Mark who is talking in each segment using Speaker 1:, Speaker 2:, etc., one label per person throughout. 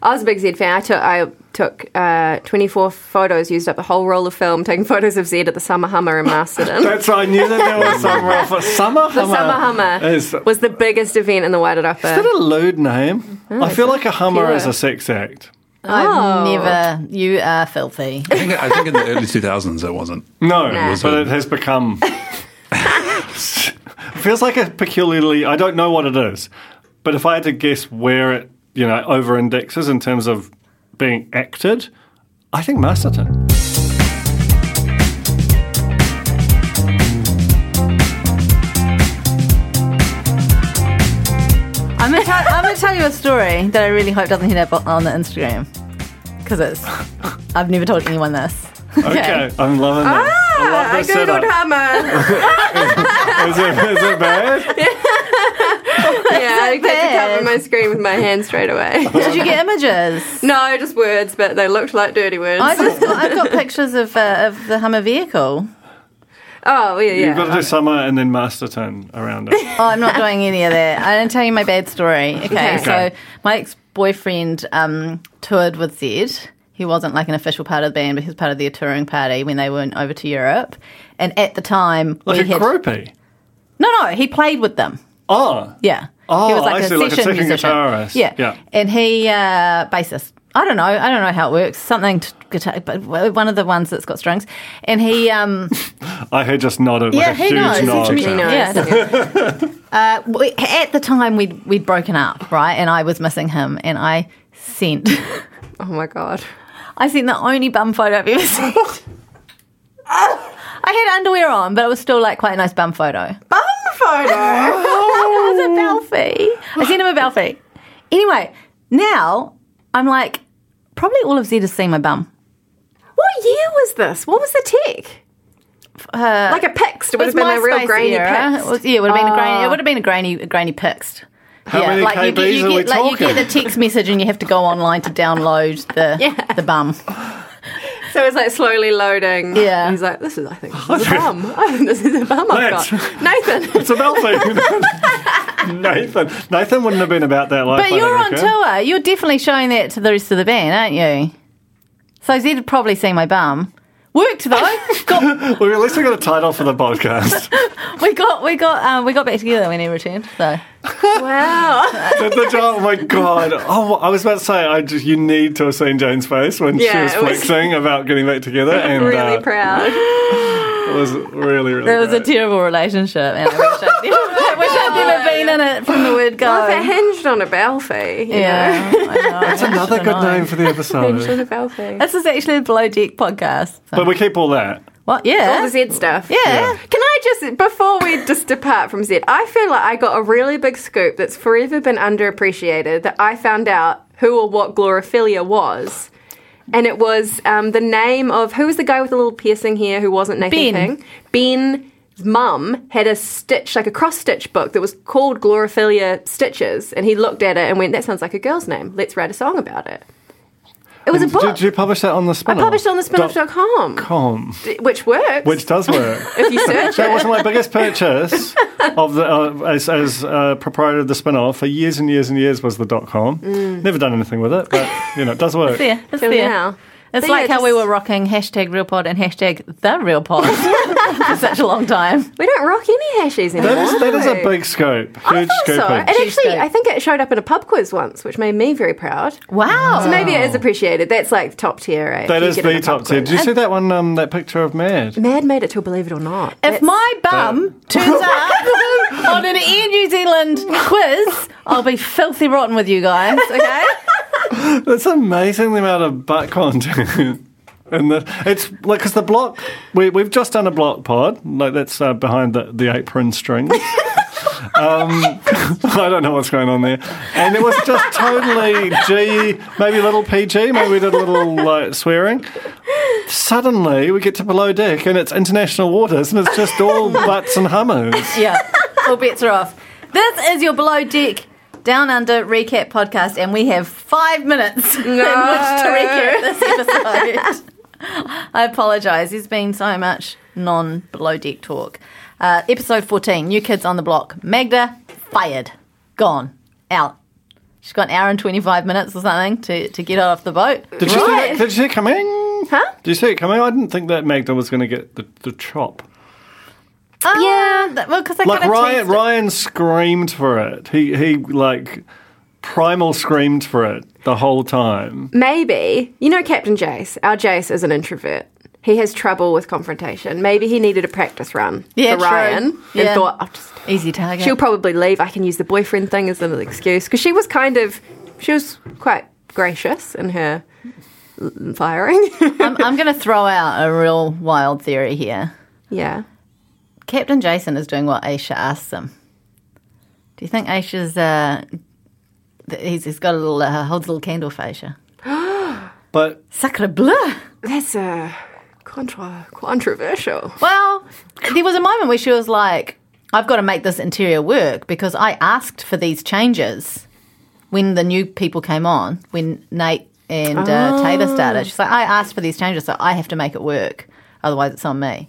Speaker 1: I was a big Z fan. I took I took uh, 24 photos, used up a whole roll of film taking photos of Zed at the Summer Hummer in Masterton.
Speaker 2: That's I knew that there was summer offer. Summer
Speaker 1: the
Speaker 2: Hummer.
Speaker 1: Summer Hummer
Speaker 2: Is, is
Speaker 1: was the biggest event in the
Speaker 2: that
Speaker 1: Wairarapa.
Speaker 2: a lewd name?
Speaker 1: Oh,
Speaker 2: I feel like a Hummer is a sex act.
Speaker 3: I've never. You are filthy.
Speaker 4: I think, I think in the early 2000s it wasn't.
Speaker 2: No,
Speaker 1: Nah.
Speaker 2: but it has become. feels like a peculiarly. I don't know what it is, but if I had to guess where it, you know, over indexes in terms of being acted, I think Masterton.
Speaker 3: I'm gonna, tell, I'm gonna tell you a story that I really hope doesn't hit up on the Instagram because it's. I've never told anyone this.
Speaker 2: Okay, I'm loving this. I love
Speaker 1: Ah, I
Speaker 2: this setup.
Speaker 1: googled Hummer.
Speaker 2: Is it, is it bad?
Speaker 1: yeah, I had to
Speaker 3: bad?
Speaker 1: cover my screen with my hand straight away.
Speaker 3: Did you get images?
Speaker 1: no, just words, but they looked like dirty words.
Speaker 3: I just got, I've got pictures of uh, of the Hummer vehicle.
Speaker 1: oh, yeah,
Speaker 2: You've got
Speaker 1: yeah.
Speaker 2: to do summer and then Masterton around it.
Speaker 3: Oh, I'm not doing any of that. I'm gonna tell you my bad story. Okay, so
Speaker 2: Okay.
Speaker 3: my ex boyfriend um, toured with Zed. He wasn't like an official part of the band, but he was part of their touring party when they went over to Europe. And at the time,
Speaker 2: Like
Speaker 3: we
Speaker 2: a
Speaker 3: had
Speaker 2: groupie.
Speaker 3: no, no, he played with them.
Speaker 2: Oh,
Speaker 3: Yeah.
Speaker 2: Oh,
Speaker 3: he was like
Speaker 2: I see,
Speaker 3: a session
Speaker 2: like a second
Speaker 3: musician.
Speaker 2: guitarist.
Speaker 3: Yeah.
Speaker 2: Yeah.
Speaker 3: And he uh bassist. I don't know. I don't know how it works. Something to guitar, but one of the ones that's got strings. And he, um,
Speaker 2: I had just nodded
Speaker 3: yeah,
Speaker 2: with a
Speaker 3: he
Speaker 2: huge
Speaker 3: knows.
Speaker 2: nod.
Speaker 1: He knows.
Speaker 3: Yeah. uh, we, at the time, we'd we'd broken up, right? And I was missing him, and I sent,
Speaker 1: Oh, my God.
Speaker 3: I sent the only bum photo I've ever seen. I had underwear on, but it was still like quite a nice bum photo.
Speaker 1: Oh.
Speaker 3: I was a Belfie. I sent him a Belfie. Anyway, now I'm like, probably all of Z has seen my bum.
Speaker 1: What year was this? What was the tech? like a pixt. It would have been a real
Speaker 3: MySpace
Speaker 1: grainy Oh.
Speaker 3: era. It
Speaker 1: pixt.
Speaker 3: was, yeah, it would have been a grainy. It would have been a grainy, a grainy pixt. How yeah,
Speaker 2: many
Speaker 3: you get,
Speaker 2: KBs
Speaker 3: you
Speaker 2: are we
Speaker 3: get, like you
Speaker 2: talking?
Speaker 3: get the text message and you have to go online to download the
Speaker 1: Yeah.
Speaker 3: the bum.
Speaker 1: So it's like slowly loading.
Speaker 3: Yeah.
Speaker 1: He's like, this is, I think, this is a bum. I think this is a bum I've
Speaker 2: Let's-
Speaker 1: got. Nathan.
Speaker 2: It's about Nathan. Nathan. Nathan wouldn't have been about that life.
Speaker 3: But
Speaker 2: I
Speaker 3: you're on
Speaker 2: reckon.
Speaker 3: tour. You're definitely showing that to the rest of the band, aren't you? So Zed had probably seen my bum. Worked though. got,
Speaker 2: Well, at least we got a title for the podcast.
Speaker 3: we got we got um, we got back together when he returned. So
Speaker 1: wow.
Speaker 2: Did the job- oh my god! Oh, I was about to say, I just, you need to have seen Jane's face when
Speaker 1: Yeah,
Speaker 2: she
Speaker 1: it was-
Speaker 2: was flexing about getting back together, and
Speaker 1: really
Speaker 2: uh,
Speaker 1: proud.
Speaker 2: it was really, really.
Speaker 3: it was a
Speaker 2: great.
Speaker 3: terrible relationship, and I wish I'd never, I wish I'd never been in it from the word go.
Speaker 1: Well, if it hinged on a belfie. You
Speaker 3: yeah, I know.
Speaker 2: That's another good name for the
Speaker 1: Know? Hinged on
Speaker 2: episode.
Speaker 1: a belfie.
Speaker 3: This is actually the Below Deck podcast. So-
Speaker 2: but we keep all that.
Speaker 3: What?
Speaker 1: All
Speaker 3: Yeah.
Speaker 1: the Zed stuff.
Speaker 3: yeah.
Speaker 1: Can I just, before we just depart from Zed, I feel like I got a really big scoop that's forever been underappreciated that I found out who or what glorophilia was. And it was um, the name of, who was the guy with the little piercing here who wasn't Nathan
Speaker 3: Ben.
Speaker 1: King? Ben's mum had a stitch, like a cross stitch book that was called Glorophilia Stitches. And he looked at it and went, that sounds like a girl's name. Let's write a song about it. It was a book.
Speaker 2: Did you publish that on the
Speaker 1: I
Speaker 2: spin?
Speaker 1: published it on the spinoff.com,
Speaker 2: com,
Speaker 1: which works.
Speaker 2: which does work.
Speaker 1: if you search
Speaker 2: That
Speaker 1: it.
Speaker 2: was my biggest purchase of the uh, as, as uh, proprietor of the spin-off for years and years and years was the dot com.
Speaker 1: Mm.
Speaker 2: Never done anything with it, but you know it does work.
Speaker 3: Yeah. It's
Speaker 1: Till
Speaker 3: there.
Speaker 1: now.
Speaker 3: It's
Speaker 1: But
Speaker 3: like
Speaker 1: yeah,
Speaker 3: how we
Speaker 1: just-
Speaker 3: were rocking hashtag real pod and hashtag the real pod. for such a long time.
Speaker 1: We don't rock any hashies anymore.
Speaker 2: That is, that is a big scope.
Speaker 1: I
Speaker 2: Huge
Speaker 1: thought so.
Speaker 2: scooping.
Speaker 1: And actually,
Speaker 3: scoop.
Speaker 1: I think it showed up in a pub quiz once, which made me very proud.
Speaker 3: Wow.
Speaker 1: So maybe it is appreciated. That's like top tier, eh?
Speaker 2: That
Speaker 1: if you
Speaker 2: is
Speaker 1: get in
Speaker 2: the
Speaker 1: a pub
Speaker 2: top tier.
Speaker 1: quiz.
Speaker 2: Did you see that one, um, that picture of Mad?
Speaker 1: Mad made it to Believe It or Not.
Speaker 3: If my bum turns up on an Air New Zealand quiz, I'll be filthy rotten with you guys, okay?
Speaker 2: That's amazing the amount of butt content. And the, it's like because the block we we've just done a block pod like that's uh, behind the, the apron strings. um, I don't know what's going on there, and it was just totally G, maybe a little PG, maybe we did a little like swearing. Suddenly we get to below deck and it's international waters and it's just all butts and hummers.
Speaker 3: Yeah, all bets are off. This is your Below Deck Down Under Recap podcast, and we have five minutes in which to recap this episode. I apologise, there's been so much non Below Deck talk. Uh, episode 14 New Kids on the Block. Magda fired, gone, out. She's got an hour and 25 minutes or something to, to get off the boat.
Speaker 2: Did you see
Speaker 1: Right.
Speaker 2: that? Did you see it coming?
Speaker 1: Huh?
Speaker 2: Did you see it coming? I didn't think that Magda was going to get the, the chop.
Speaker 3: yeah, Ah, that, well, because I
Speaker 2: like
Speaker 3: kind of
Speaker 2: Ryan, Ryan screamed for it. He he like primal screamed for it the whole time.
Speaker 1: Maybe, you know, Captain Jace, our Jace is an introvert. He has trouble with confrontation. Maybe he needed a practice run
Speaker 3: Yeah,
Speaker 1: for
Speaker 3: true.
Speaker 1: Ryan and
Speaker 3: Yeah.
Speaker 1: thought, I'll just
Speaker 3: easy target.
Speaker 1: She'll probably leave. I can use the boyfriend thing as an excuse because she was kind of, she was quite gracious in her l- firing.
Speaker 3: I'm, I'm going to throw out a real wild theory here.
Speaker 1: yeah.
Speaker 3: Captain Jason is doing what Aisha asks him. Do you think Aisha's? Uh, th- he's, he's got a little uh, holds a little candle for Aisha.
Speaker 2: But
Speaker 3: Sacre bleu!
Speaker 1: That's
Speaker 3: uh,
Speaker 1: a contra- controversial.
Speaker 3: Well, there was a moment where she was like, "I've got to make this interior work because I asked for these changes when the new people came on when Nate and uh, Taylor started." She's like, "I asked for these changes, so I have to make it work. Otherwise, it's on me."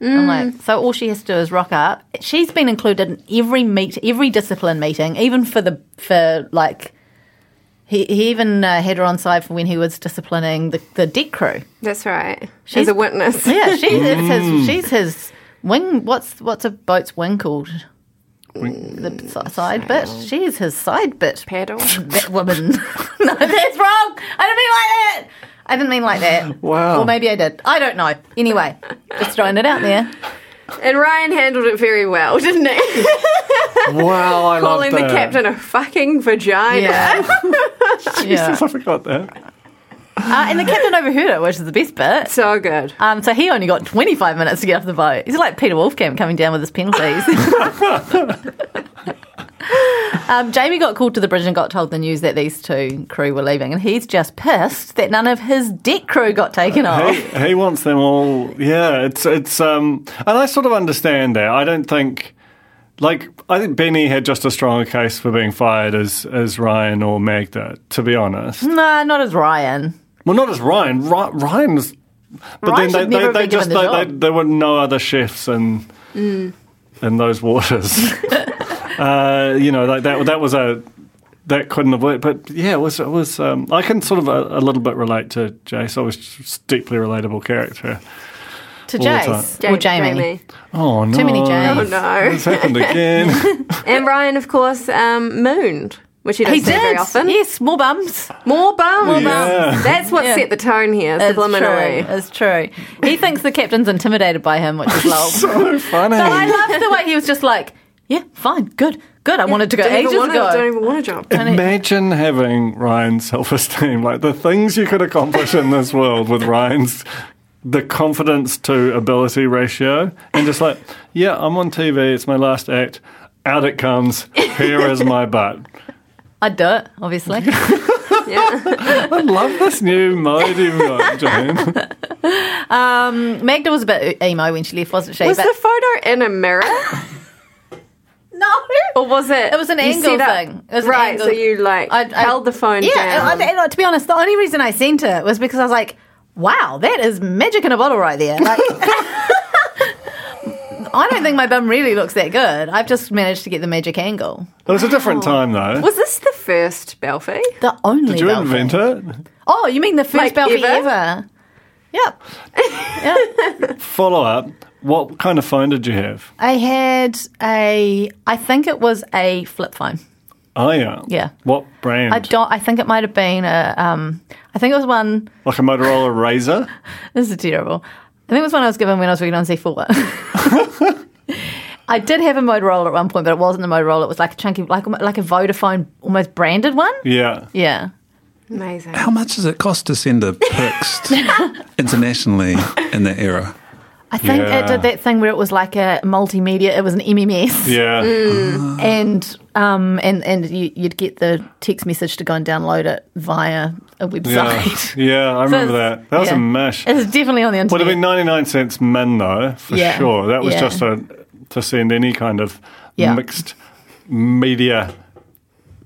Speaker 3: I'm like, so all she has to do is rock up. She's been included in every meet, every discipline meeting, even for the for like. He, he even uh, had her on side for when he was disciplining the, the deck crew.
Speaker 1: That's right.
Speaker 3: She's-
Speaker 1: She's a witness.
Speaker 3: Yeah, she's his, she's his wing. What's what's a boat's wing called? The si- side bit. She is his side bit.
Speaker 1: Paddle.
Speaker 3: That woman. no, that's wrong. I didn't mean like that. I didn't mean like that.
Speaker 2: Wow.
Speaker 3: Or maybe I did. I don't know. Anyway, just throwing it out there.
Speaker 1: And Ryan handled it very well, didn't he?
Speaker 2: wow, I love
Speaker 1: Calling the
Speaker 2: that.
Speaker 1: captain a fucking vagina.
Speaker 3: Yeah. yeah.
Speaker 2: Yes, I forgot that.
Speaker 3: Uh, and the captain overheard it, which is the best bit.
Speaker 1: So good.
Speaker 3: Um, so he only got 25 minutes to get off the boat. He's like Peter Wolfcamp coming down with his penalties. um, Jamie got called to the bridge and got told the news that these two crew were leaving, and he's just pissed that none of his deck crew got taken
Speaker 1: Oh.
Speaker 3: off.
Speaker 2: He, he wants them all. Yeah, it's it's um, and I sort of understand that. I don't think. Like I think Benny had just as strong a case for being fired as as Ryan or Magda, to be honest.
Speaker 3: Nah, not as Ryan.
Speaker 2: Well, not as Ryan. Ry- Ryan's, but
Speaker 3: Ryan should
Speaker 2: then they, they,
Speaker 3: never have
Speaker 2: they
Speaker 3: been
Speaker 2: just
Speaker 3: given
Speaker 2: they,
Speaker 3: the
Speaker 2: they,
Speaker 3: job. Mm.
Speaker 2: there were no other chefs in in those waters. uh, you know, like that that was a that couldn't have worked. But yeah, it was it was. Um, I can sort of a, a little bit relate to Jace. I was just deeply relatable character.
Speaker 3: To
Speaker 2: All the time.
Speaker 3: Jace. or Jamie.
Speaker 2: Oh no!
Speaker 3: Too many Jace.
Speaker 1: Oh,
Speaker 2: It's
Speaker 1: no.
Speaker 2: happened again.
Speaker 1: and Ryan, of course, um, mooned, which he doesn't
Speaker 3: He
Speaker 1: do very
Speaker 3: did.
Speaker 1: often.
Speaker 3: Yes, more bums.
Speaker 1: More bums. More
Speaker 2: Yeah.
Speaker 1: That's what
Speaker 3: Yeah.
Speaker 1: set the tone here,
Speaker 3: It's
Speaker 1: subliminally.
Speaker 3: true. It's true. He thinks the captain's intimidated by him, which is lol.
Speaker 2: so funny.
Speaker 3: But I love the way he was just like, yeah, fine, good, good. I wanted to go
Speaker 1: don't
Speaker 3: ages
Speaker 1: even want
Speaker 3: ago.
Speaker 1: A, don't even want a job.
Speaker 2: Imagine having Ryan's self esteem, like the things you could accomplish in this world with Ryan's the confidence to ability ratio, and just like, yeah, I'm on TV, it's my last act, out it comes, here is my butt.
Speaker 3: I'd do it, obviously.
Speaker 1: yeah.
Speaker 2: I love this new mode you've got, Jane.
Speaker 3: Magda was a bit emo when she left, wasn't she?
Speaker 1: Was
Speaker 3: But-
Speaker 1: the photo in a mirror,
Speaker 3: no.
Speaker 1: or was it?
Speaker 3: It was an
Speaker 1: Oh. you
Speaker 3: angle
Speaker 1: set up-
Speaker 3: thing. It was an
Speaker 1: right.
Speaker 3: angle.
Speaker 1: So you like
Speaker 3: I- I-
Speaker 1: held the phone
Speaker 3: Yeah,
Speaker 1: down.
Speaker 3: and- and, uh, to be honest, the only reason I sent it was because I was like, wow, that is magic in a bottle right there. Like, I don't think my bum really looks that good. I've just managed to get the magic angle.
Speaker 2: It was a different
Speaker 3: Oh.
Speaker 2: time, though.
Speaker 1: was this the first Belfie?
Speaker 3: The only
Speaker 2: Did you
Speaker 3: Belfie.
Speaker 2: invent it?
Speaker 3: Oh, you mean the
Speaker 1: Like,
Speaker 3: first Belfie
Speaker 1: ever?
Speaker 3: ever? Yep.
Speaker 2: Follow up. What kind of phone did you have?
Speaker 3: I had a, I think it was a flip phone.
Speaker 2: Oh, yeah.
Speaker 3: Yeah.
Speaker 2: What brand?
Speaker 3: I don't. I think it might have been a. Um, I think it was one.
Speaker 2: like a Motorola Razor?
Speaker 3: This is terrible. I think it was one I was given when I was working on C4. I did have a Motorola at one point, but it wasn't a Motorola. It was like a chunky, like like a Vodafone, almost branded one.
Speaker 2: Yeah.
Speaker 3: Yeah.
Speaker 1: Amazing.
Speaker 4: How much does it cost to send a pixt internationally in that era?
Speaker 3: I think
Speaker 2: Yeah.
Speaker 3: it did that thing where it was like a multimedia. It was an MMS,
Speaker 2: Yeah.
Speaker 3: and um, and and you, you'd get the text message to go and download it via a
Speaker 2: Yeah.
Speaker 3: website.
Speaker 2: yeah, I remember
Speaker 3: it's-
Speaker 2: that. That was
Speaker 3: yeah.
Speaker 2: a mesh.
Speaker 3: It's definitely on the internet.
Speaker 2: Would have been 99 cents men, though, for
Speaker 3: Yeah.
Speaker 2: sure. That was
Speaker 3: Yeah.
Speaker 2: just a, to send any kind of
Speaker 3: Yeah.
Speaker 2: mixed media.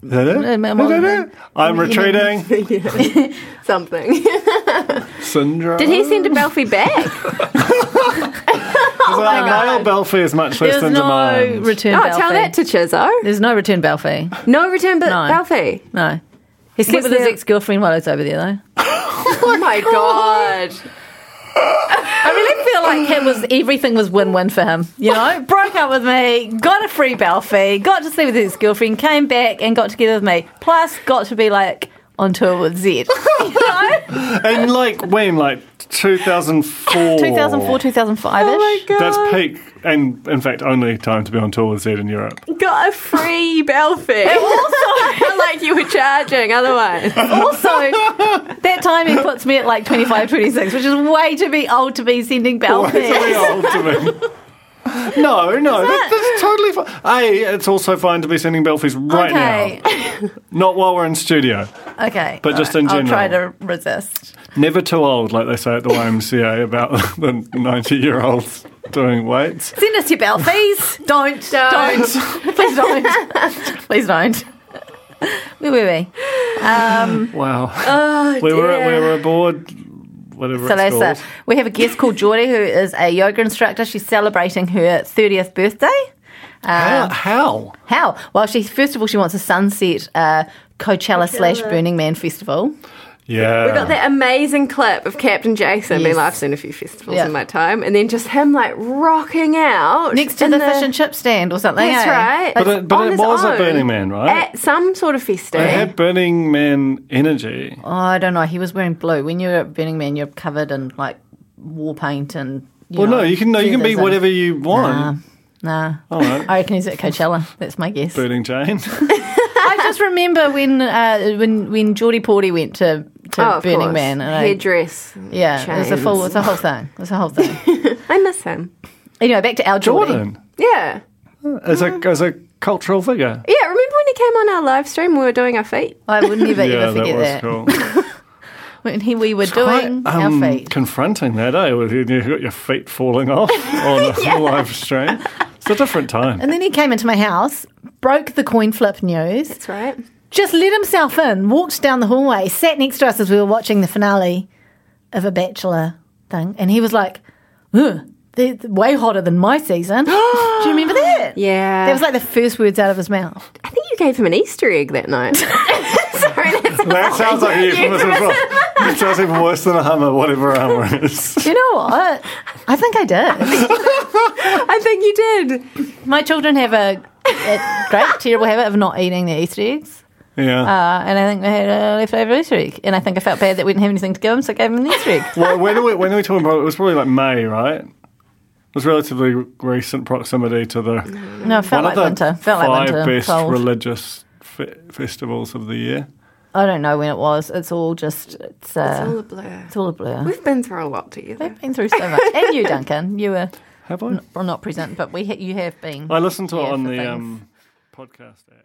Speaker 2: Is that it?
Speaker 3: Uh,
Speaker 2: Is that it? I'm retreating.
Speaker 1: Something.
Speaker 2: Syndrome.
Speaker 1: Did he send a Belfie back?
Speaker 2: Because our male belfie is much less
Speaker 3: There's
Speaker 2: than
Speaker 3: no
Speaker 2: demand.
Speaker 3: return.
Speaker 1: oh,
Speaker 3: Belfie.
Speaker 1: tell that to Chizzo.
Speaker 3: There's no return Belfie.
Speaker 1: No return, but
Speaker 3: No.
Speaker 1: Belfie.
Speaker 3: No. He slept
Speaker 1: Was
Speaker 3: with his
Speaker 1: there-
Speaker 3: ex girlfriend while I was over there, though.
Speaker 1: Oh my god.
Speaker 3: I really feel like it was everything was win win for him. You know, broke up with me, got a free Belfie, got to sleep with his girlfriend, came back and got together with me. Plus, got to be like on tour with Zed. You know,
Speaker 2: And like when? Like 2004.
Speaker 3: 2004, 2005 ish.
Speaker 2: That's peak, and in fact, only time to be on tour with Zed in Europe.
Speaker 1: Got a free Belfie. like you were charging otherwise.
Speaker 3: Also, that time he puts me at like 25, 26, which is way too be old to be sending
Speaker 2: Why is it
Speaker 3: Belfie.
Speaker 2: old to me? No, no, that, that's totally fine. A, it's also fine to be sending Belfies right
Speaker 3: okay.
Speaker 2: now, not while we're in studio.
Speaker 3: Okay.
Speaker 2: But just in
Speaker 3: I'll try
Speaker 2: general.
Speaker 3: to resist.
Speaker 2: Never too old, like they say at the YMCA about the ninety-year-olds doing weights.
Speaker 3: Send us your Belfies. Don't. Don't. Please don't. Please don't. Wee wee wee.
Speaker 2: Wow, we were we were aboard. Whatever
Speaker 3: So
Speaker 2: it's
Speaker 3: that's
Speaker 2: called.
Speaker 3: it. We have a guest called Geordie who is a yoga instructor. She's celebrating her 30th birthday.
Speaker 2: How? how?
Speaker 3: How? Well, she first of all she wants a sunset uh, Coachella slash Burning Man festival.
Speaker 2: Yeah,
Speaker 1: We got that amazing clip of Captain Jason being
Speaker 3: Yes.
Speaker 1: like, I've seen a few festivals
Speaker 3: Yeah.
Speaker 1: in my time, and then just him like rocking out
Speaker 3: next to
Speaker 1: in
Speaker 3: the, fish and chip stand or something.
Speaker 1: That's
Speaker 3: eh?
Speaker 1: right.
Speaker 2: But
Speaker 1: Like,
Speaker 2: it- but
Speaker 1: on
Speaker 2: it
Speaker 1: his
Speaker 2: was a
Speaker 1: own.
Speaker 2: Burning Man, right?
Speaker 1: At some sort of festival.
Speaker 2: They had Burning Man energy.
Speaker 3: Oh, I don't know. He was wearing blue. When you're at Burning Man, you're covered in like war paint and. You
Speaker 2: well,
Speaker 3: know,
Speaker 2: no, you can no, you can be
Speaker 3: feathers and-
Speaker 2: whatever you want.
Speaker 3: Nah.
Speaker 2: All right,
Speaker 3: I reckon he's at Coachella. That's my guess.
Speaker 2: Burning Jane.
Speaker 3: I just remember when uh, when when Geordie Porty went to, to
Speaker 1: Oh, of
Speaker 3: Burning
Speaker 1: course.
Speaker 3: Man. And I,
Speaker 1: Headdress.
Speaker 3: yeah, it was a full,
Speaker 1: chains.
Speaker 3: it's a whole thing. It's a whole thing.
Speaker 1: I miss him.
Speaker 3: anyway, back to our Geordie.
Speaker 2: Jordan
Speaker 1: Yeah.
Speaker 2: as a as a cultural figure.
Speaker 1: Yeah, remember when he came on our live stream? We were doing our feet.
Speaker 3: I would never ever
Speaker 2: that
Speaker 3: forget
Speaker 2: was
Speaker 3: that.
Speaker 2: cool.
Speaker 3: When he, we were
Speaker 2: Quite,
Speaker 3: doing
Speaker 2: um,
Speaker 3: our feet.
Speaker 2: Confronting that, eh? With you, you got your feet falling off on a live stream. It's a different time.
Speaker 3: And then he came into my house, broke the coin flip news,
Speaker 1: That's right.
Speaker 3: just let himself in, walked down the hallway, sat next to us as we were watching the finale of a Bachelor thing, and he was like, Ugh, they're way hotter than my season. Do you remember that?
Speaker 1: Yeah.
Speaker 3: That was like the first words out of his mouth.
Speaker 1: I think you gave him an Easter egg that night. Sorry, that's
Speaker 2: That sounds like a euphemism. as well. It sounds even worse than a Hummer, whatever a Hummer is.
Speaker 3: Do you know what? I think I did.
Speaker 1: I think you did.
Speaker 3: My children have a, a great, terrible habit of not eating their Easter eggs.
Speaker 2: Yeah.
Speaker 3: Uh, and I think they had a leftover Easter egg. And I think I felt bad that we didn't have anything to give them, so I gave them an Easter egg.
Speaker 2: well, when are we when are we talking about? It was probably like May, right? It was relatively recent proximity to the
Speaker 3: No, it felt Mm, like
Speaker 2: one of the
Speaker 3: winter. Felt like
Speaker 2: five
Speaker 3: winter.
Speaker 2: best
Speaker 3: cold.
Speaker 2: religious fe- festivals of the year.
Speaker 3: I don't know when it was. It's all just it's uh,
Speaker 1: All a blur.
Speaker 3: it's all a blur.
Speaker 1: We've been through a lot together.
Speaker 3: We've been through so much, and you, Duncan, you were
Speaker 2: Have I?
Speaker 3: well, not present, but we ha- you have been.
Speaker 2: I listened to it
Speaker 3: Mm. Yeah,
Speaker 2: on
Speaker 3: for
Speaker 2: the
Speaker 3: things.
Speaker 2: um, podcast app.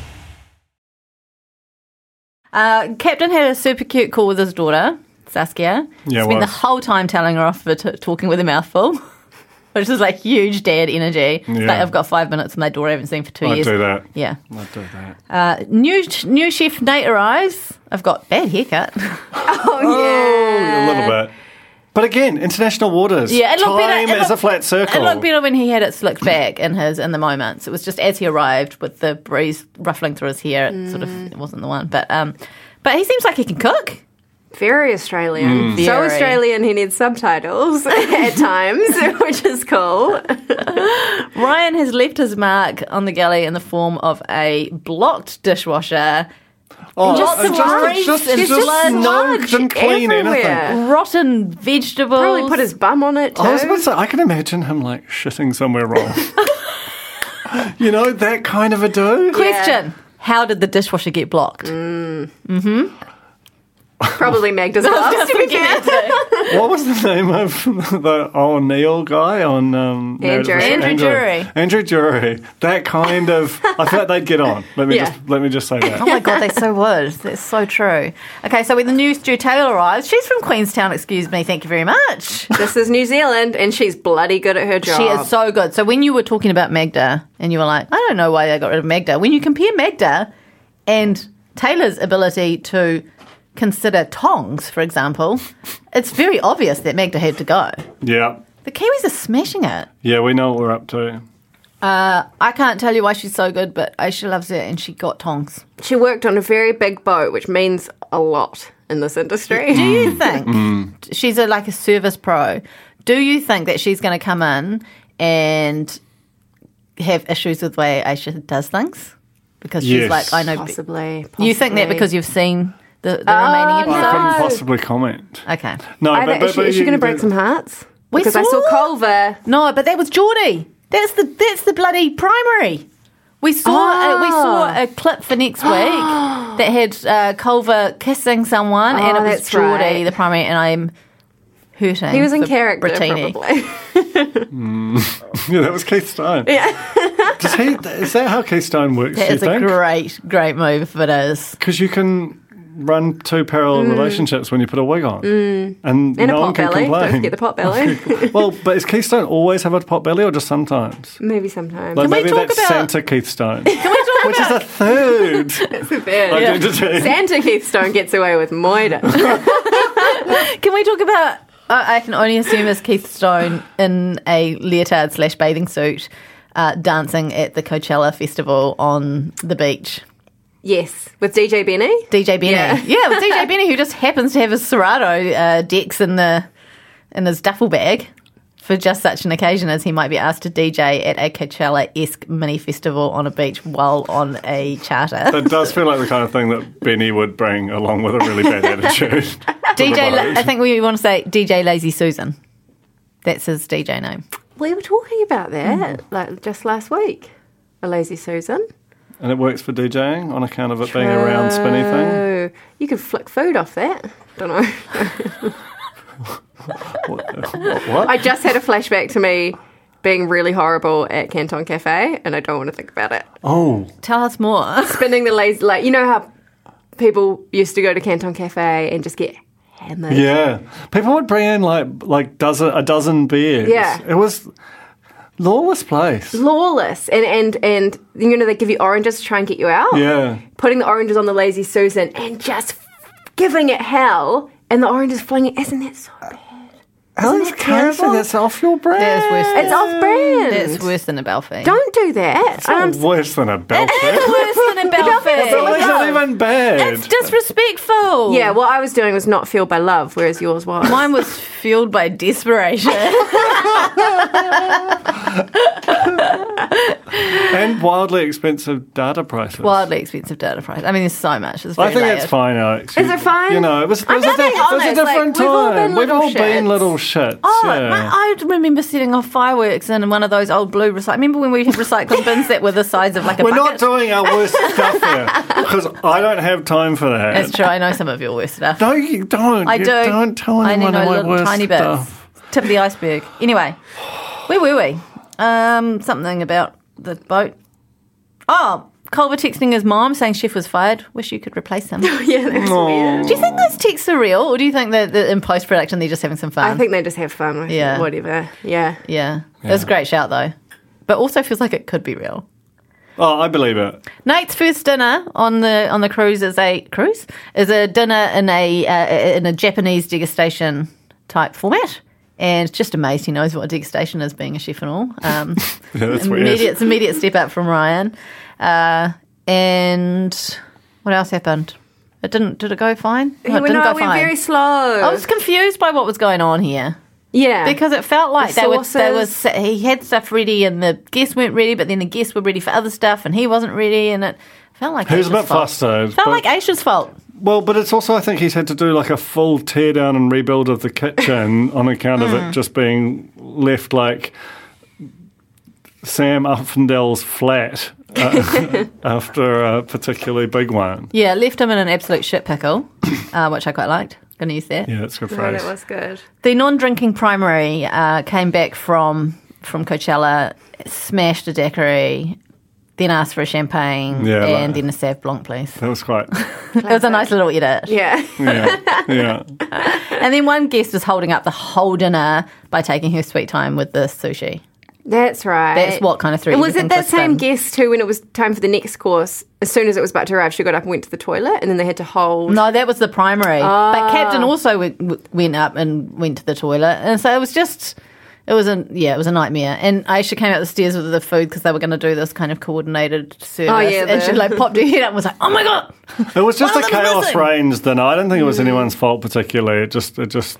Speaker 3: Uh, Captain had a super cute call with his daughter Saskia.
Speaker 2: Yeah,
Speaker 3: spent
Speaker 2: well-
Speaker 3: the whole time telling her off for t- talking with a mouthful. which is like huge dad energy. It's
Speaker 2: Yeah.
Speaker 3: Like I've got five minutes and my door I haven't seen for 2
Speaker 2: I'd
Speaker 3: years.
Speaker 2: do that.
Speaker 3: Yeah.
Speaker 2: I'd do that.
Speaker 3: Uh, new new chef Nate arrives. I've got bad haircut.
Speaker 2: A little bit. But again, international waters.
Speaker 3: Yeah, it looked
Speaker 2: Time
Speaker 3: better. it
Speaker 2: is a
Speaker 3: looked-
Speaker 2: flat circle.
Speaker 3: It looked better when he had it slicked back in his in the moments. It was just as he arrived with the breeze ruffling through his hair. It sort of it wasn't the one, but um, but he seems like he can cook.
Speaker 1: Very
Speaker 2: Mm.
Speaker 1: Australian. So
Speaker 3: Very.
Speaker 1: Australian, he needs subtitles at times, which is cool.
Speaker 3: Ryan has left his mark on the galley in the form of a blocked dishwasher,
Speaker 2: Oh,
Speaker 3: just
Speaker 2: and
Speaker 3: sludge. There's just
Speaker 2: no
Speaker 1: sludge
Speaker 2: didn't clean anything.
Speaker 1: everywhere.
Speaker 3: rotten vegetables.
Speaker 1: Probably put his bum on it too.
Speaker 2: I was about to say, I can imagine him like shitting somewhere wrong. you know, that kind of a dude.
Speaker 3: question. How did the dishwasher get blocked?
Speaker 1: Probably Magda's gloves. to be fair.
Speaker 2: What was the name of the O'Neill guy on um, Marriage
Speaker 1: Andrew.
Speaker 2: with
Speaker 1: Andrew
Speaker 3: Drury.
Speaker 2: Andrew Drury. That kind of. I feel like they'd get on. Let me
Speaker 1: Yeah.
Speaker 2: just let me just say
Speaker 3: Oh
Speaker 2: that.
Speaker 3: my god, they so would. That's so true. Okay, so when the new Stu Taylor arrives, she's from Queenstown, excuse me, thank you very much.
Speaker 1: This is New Zealand, and she's bloody good at her job.
Speaker 3: She is so good. So when you were talking about Magda and you were like, I don't know why they got rid of Magda. When you compare Magda and Taylor's ability to consider tongs, for example, it's very obvious that Magda had to go.
Speaker 2: Yeah,
Speaker 3: The Kiwis are smashing it.
Speaker 2: yeah, we know what we're up to.
Speaker 3: I can't tell you why she's so good, but uh, she loves it and she got tongs.
Speaker 1: She worked on a very big boat, which means a lot in this industry.
Speaker 3: Do you think she's a, like a service pro? Do you think that she's going to come in and have issues with way Aisha does things? Because she's
Speaker 2: Yes.
Speaker 3: like, I know. be-
Speaker 1: Possibly,
Speaker 3: You think that
Speaker 1: possibly.
Speaker 3: because you've seen the, the remaining
Speaker 2: I
Speaker 3: episodes?
Speaker 2: couldn't possibly comment.
Speaker 3: Okay.
Speaker 2: No,
Speaker 1: I don't,
Speaker 2: but, but,
Speaker 1: is she,
Speaker 2: but
Speaker 1: is she
Speaker 2: you-
Speaker 1: going to break some hearts? because I
Speaker 3: saw
Speaker 1: saw
Speaker 3: it.
Speaker 1: Culver.
Speaker 3: No, but that was Geordie. That's the that's the bloody primary. We saw a, we saw a clip for next week that had uh, Culver kissing someone, and
Speaker 1: Oh,
Speaker 3: it was
Speaker 1: that's
Speaker 3: Geordie,
Speaker 1: right.
Speaker 3: the primary, and I'm hurting.
Speaker 1: He was in
Speaker 3: for
Speaker 1: character,
Speaker 3: Brittini.
Speaker 1: probably.
Speaker 2: Yeah, that was Keith Stone. Yeah. Does he, is that how Keith Stone works?
Speaker 3: That
Speaker 2: do you
Speaker 3: is a
Speaker 2: think?
Speaker 3: great great move if it is.
Speaker 2: because you can run two parallel relationships when you put a wig on, and
Speaker 1: In
Speaker 2: no
Speaker 1: Mm. a
Speaker 2: one
Speaker 1: pot
Speaker 2: can
Speaker 1: belly. Don't
Speaker 2: complain.
Speaker 1: forget the pot belly.
Speaker 2: well, but is Keith Stone always have a pot belly, or just sometimes?
Speaker 1: Maybe sometime.
Speaker 2: Like
Speaker 3: we
Speaker 2: maybe
Speaker 3: talk
Speaker 2: that's
Speaker 3: about-
Speaker 2: Santa Keith Stone, which is a third identity.
Speaker 1: Santa Keith Stone gets away with moida.
Speaker 3: Can we talk about? I I can only assume it's Keith Stone in a leotard slash bathing suit, uh, dancing at the Coachella festival on the beach.
Speaker 1: yes, with DJ Benny.
Speaker 3: DJ Benny,
Speaker 1: Yeah.
Speaker 3: yeah, with DJ Benny, who just happens to have his Serato uh, decks in the in his duffel bag for just such an occasion as he might be asked to DJ at a Coachella esque mini festival on a beach while on a charter.
Speaker 2: It does feel like the kind of thing that Benny would bring along with a really bad attitude.
Speaker 3: DJ, La-
Speaker 2: Right.
Speaker 3: I think we want to say DJ Lazy Susan. That's his DJ name.
Speaker 1: We were talking about that like just last week. A lazy Susan.
Speaker 2: and it works for DJing on account of it being a round spinny thing.
Speaker 1: Oh, you could flick food off that. Don't know.
Speaker 2: What? what?
Speaker 1: I just had a flashback to me being really horrible at Canton Cafe, and I don't want to think about it.
Speaker 2: oh,
Speaker 3: Tell us more.
Speaker 1: Spending the lazy, like you know how people used to go to Canton Cafe and just get hammered.
Speaker 2: Yeah, people would bring in like like dozen a dozen beers.
Speaker 1: Yeah.
Speaker 2: it was lawless place.
Speaker 1: Lawless, and and and you know they give you oranges to try and get you out.
Speaker 2: Yeah,
Speaker 1: putting the oranges on the lazy Susan and just giving it hell, and the oranges flying. It. Isn't that so? Bad?
Speaker 2: Alex
Speaker 1: that
Speaker 2: Carson,
Speaker 1: terrible?
Speaker 2: that's off your brand.
Speaker 3: That's worse. Than,
Speaker 1: It's off brand.
Speaker 3: That's worse than a Belfie.
Speaker 1: Don't do that. And I'm
Speaker 2: Oh, worse than a Belfast.
Speaker 3: worse than a
Speaker 2: It's
Speaker 3: Belfie.
Speaker 2: not even bad.
Speaker 3: It's disrespectful.
Speaker 1: yeah, what I was doing was not fueled by love, whereas yours was.
Speaker 3: Mine was fueled by desperation.
Speaker 2: and wildly expensive data prices.
Speaker 3: Wildly expensive data price. I mean, there's so much. It's very
Speaker 2: I think
Speaker 3: layered.
Speaker 2: that's fine, Alex.
Speaker 1: Is it fine?
Speaker 2: You know, it was, it was, a,
Speaker 1: just being
Speaker 2: diff- it was a
Speaker 1: honest,
Speaker 2: different
Speaker 1: like, we've all
Speaker 2: time.
Speaker 1: been
Speaker 2: We've
Speaker 1: little
Speaker 2: all been
Speaker 1: shits.
Speaker 2: little shits.
Speaker 3: Oh,
Speaker 2: yeah.
Speaker 3: man, I remember setting off fireworks in one of those old blue recycling. Remember when we had recycling bins that were the size of like a
Speaker 2: We're not
Speaker 3: bucket?
Speaker 2: doing our worst stuff here because I don't have time for that.
Speaker 3: That's true. I know some of your worst stuff.
Speaker 2: No, you don't.
Speaker 3: I
Speaker 2: You
Speaker 3: do.
Speaker 2: Don't tell
Speaker 3: I
Speaker 2: anyone
Speaker 3: know
Speaker 2: my
Speaker 3: little
Speaker 2: worst
Speaker 3: tiny
Speaker 2: stuff.
Speaker 3: bits. Tip of the iceberg. Anyway, where were we? Um, something about the boat. Oh, Culver texting his mom saying Chef was fired. Wish you could replace him. do
Speaker 1: yeah, that's weird.
Speaker 3: you think those texts are real, or do you think that that in post production they're just having some fun?
Speaker 1: I think they just have fun with
Speaker 3: Yeah.
Speaker 1: whatever. Yeah.
Speaker 3: yeah. It was a great shout though, but also feels like it could be real.
Speaker 2: Oh, I believe it.
Speaker 3: Nate's first dinner on the on the cruise is a cruise is a dinner in a uh, in a Japanese degustation type format, and just amazed he knows what degustation is, being a chef and all. Um,
Speaker 2: Yeah, that's weird.
Speaker 3: immediate, it's immediate step up from Ryan. Uh, and what else happened? It didn't. Did it go fine? No, Oh, it
Speaker 1: we
Speaker 3: didn't
Speaker 1: know
Speaker 3: go
Speaker 1: we're
Speaker 3: fine.
Speaker 1: very slow.
Speaker 3: I was confused by what was going on here
Speaker 1: yeah,
Speaker 3: because it felt like
Speaker 1: The
Speaker 3: they were, they were
Speaker 1: sauces.
Speaker 3: he had stuff ready and the guests weren't ready, but then the guests were ready for other stuff and he wasn't ready, and it felt like
Speaker 2: He was a
Speaker 3: Aisha's
Speaker 2: bit
Speaker 3: fault.
Speaker 2: flustered,
Speaker 3: Felt
Speaker 2: but-
Speaker 3: like Aisha's fault.
Speaker 2: Well, but it's also I think he's had to do like a full tear down and rebuild of the kitchen on account of
Speaker 3: Mm.
Speaker 2: it just being left like Sam Uffendale's flat uh, after a particularly big one.
Speaker 3: Yeah, left him in an absolute shit pickle, uh, which I quite liked. Going to use that.
Speaker 2: Yeah, that's a good
Speaker 1: No,
Speaker 2: phrase.
Speaker 1: that was good.
Speaker 3: The non-drinking primary uh, came back from from Coachella, smashed a daiquiri, then asked for a champagne
Speaker 2: Yeah, like-
Speaker 3: and then a Sauv Blanc, please.
Speaker 2: That was quite.
Speaker 3: It was a nice little edit.
Speaker 1: Yeah,
Speaker 2: Yeah, yeah.
Speaker 3: And then one guest was holding up the whole dinner by taking her sweet time with the sushi.
Speaker 1: that's right.
Speaker 3: That's what kind of threw
Speaker 1: And Was
Speaker 3: everything
Speaker 1: it that
Speaker 3: for a
Speaker 1: same
Speaker 3: spin.
Speaker 1: guest who, when it was time for the next course, as soon as it was about to arrive, she got up and went to the toilet, and then they had to hold.
Speaker 3: No, that was the primary.
Speaker 1: Ah.
Speaker 3: But Captain also went, w- went up and went to the toilet, and so it was just. It was a yeah, it was a nightmare. And Aisha came out the stairs with the food because they were going to do this kind of coordinated service.
Speaker 1: Oh, yeah,
Speaker 3: and she
Speaker 1: the-
Speaker 3: like popped her head up and was like, "Oh my god!"
Speaker 2: It was just
Speaker 3: One
Speaker 2: a
Speaker 3: of them
Speaker 2: chaos
Speaker 3: missing.
Speaker 2: range then. I don't think it was
Speaker 3: Mm.
Speaker 2: anyone's fault particularly. It just, it just,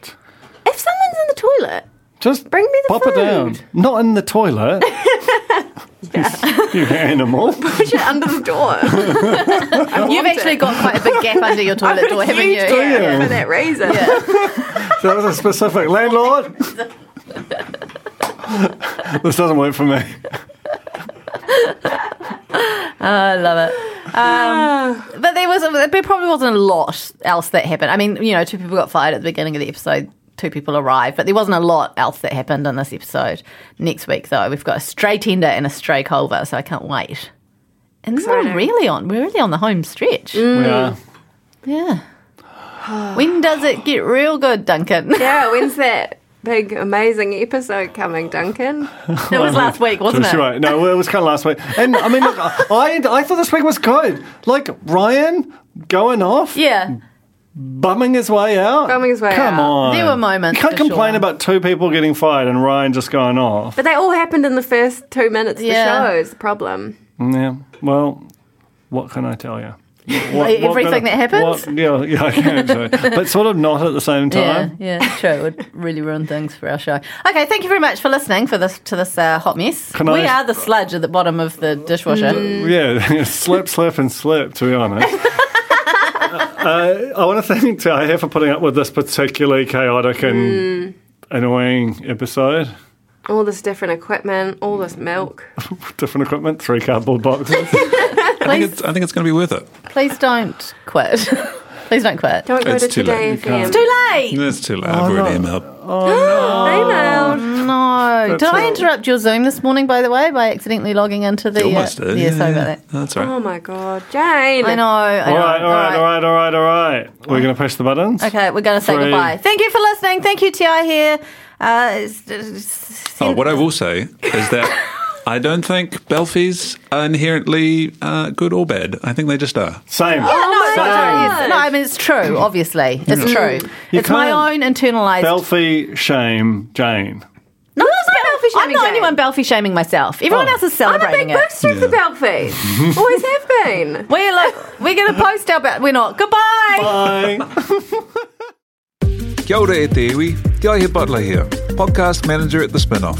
Speaker 1: If someone's in the toilet,
Speaker 2: just
Speaker 1: Bring me the
Speaker 2: pop it down.
Speaker 1: food.
Speaker 2: Not in the toilet. you animal.
Speaker 1: put it under the door.
Speaker 3: You've actually got quite a big gap under your toilet door, haven't you? Yeah.
Speaker 1: for that reason.
Speaker 2: That was a specific landlord. this doesn't work for me.
Speaker 3: I love it. Um, but there was there probably wasn't a lot else that happened. I mean, you know, two people got fired at the beginning of the episode. Two people arrived, but there wasn't a lot else that happened in this episode. Next week, though, we've got a stray tender and a stray culver, so I can't wait. And then we're
Speaker 1: Exciting.
Speaker 3: really on. We're really on the home stretch.
Speaker 1: Mm.
Speaker 2: Yeah.
Speaker 3: Yeah. when does it get real good, Duncan?
Speaker 1: Yeah, when's that big amazing episode coming, Duncan?
Speaker 3: it was last week, wasn't
Speaker 2: Just
Speaker 3: it?
Speaker 2: right. No, it was kind of last week. And I mean, look, I, I thought this week was good. Like Ryan going off,
Speaker 3: Yeah.
Speaker 2: bumming his way out.
Speaker 1: Bumming his way
Speaker 2: Come
Speaker 1: out.
Speaker 2: on.
Speaker 3: There were moments,
Speaker 2: You can't
Speaker 3: for
Speaker 2: complain
Speaker 3: sure.
Speaker 2: about two people getting fired and Ryan just going off.
Speaker 1: But they all happened in the first two minutes of
Speaker 3: Yeah.
Speaker 1: the show, is the problem.
Speaker 2: Yeah. Well, what can I tell you? What-
Speaker 3: Everything
Speaker 2: can I-
Speaker 3: that happens?
Speaker 2: what- yeah, yeah, I can actually. but sort of not at the same
Speaker 3: Yeah,
Speaker 2: time.
Speaker 3: yeah, sure. It would really ruin things for our show. Okay, thank you very much for listening for this to this uh, hot mess.
Speaker 2: Can I Mm.
Speaker 3: we
Speaker 2: just-
Speaker 3: are the sludge at the bottom of the dishwasher.
Speaker 2: Yeah, slip, slip, and slip, to be honest. uh, I want to thank Taya for putting up with this particularly chaotic
Speaker 3: Hmm.
Speaker 2: and annoying episode.
Speaker 1: All this different equipment, all this milk.
Speaker 2: Different equipment, three cardboard boxes.
Speaker 4: I think it's, I think it's going to be worth it.
Speaker 3: Please don't quit. Please don't quit.
Speaker 1: Don't go
Speaker 4: It's
Speaker 1: to
Speaker 4: too late.
Speaker 1: Today
Speaker 4: You
Speaker 1: FM.
Speaker 4: can't.
Speaker 3: Too late.
Speaker 4: It's too late. I've already emailed.
Speaker 1: Emailed.
Speaker 3: No. Did
Speaker 2: That's
Speaker 3: I
Speaker 2: all.
Speaker 3: interrupt your Zoom this morning, by the way, by accidentally logging into the?
Speaker 4: You almost
Speaker 3: uh,
Speaker 4: did.
Speaker 3: Yeah, sorry about that.
Speaker 4: No, that's all right.
Speaker 1: Oh my god, Jane.
Speaker 3: I know. I
Speaker 2: all
Speaker 3: know.
Speaker 2: right, all right, all right, all right, all right. We're going to push the buttons.
Speaker 3: Okay, we're going to say
Speaker 2: Three.
Speaker 3: goodbye. Thank you for listening. Thank you, Ti here. Uh, s- s-
Speaker 4: Oh, what I will say is that I don't think Belfies are inherently uh, good or bad. I think they just are.
Speaker 2: Same.
Speaker 3: no,
Speaker 2: Same.
Speaker 3: it's- no, I mean it's true. Obviously, it's true.
Speaker 2: You
Speaker 3: it's my own
Speaker 2: can't-
Speaker 3: internalized
Speaker 2: Belfie, shame, Jane.
Speaker 3: No, it's
Speaker 1: Belfie
Speaker 3: not. I'm
Speaker 1: shaming
Speaker 3: not
Speaker 1: day.
Speaker 3: anyone Belfie shaming myself. Everyone
Speaker 2: Oh.
Speaker 3: else is
Speaker 1: I'm a big
Speaker 3: celebrating it.
Speaker 1: booster of the Belfies. Always have been.
Speaker 3: We're like, we're going to post our. Bel- we're not. Goodbye.
Speaker 2: Bye.
Speaker 5: Kia ora e te iwi, Te Aihe Butler here, podcast manager at The Spinoff.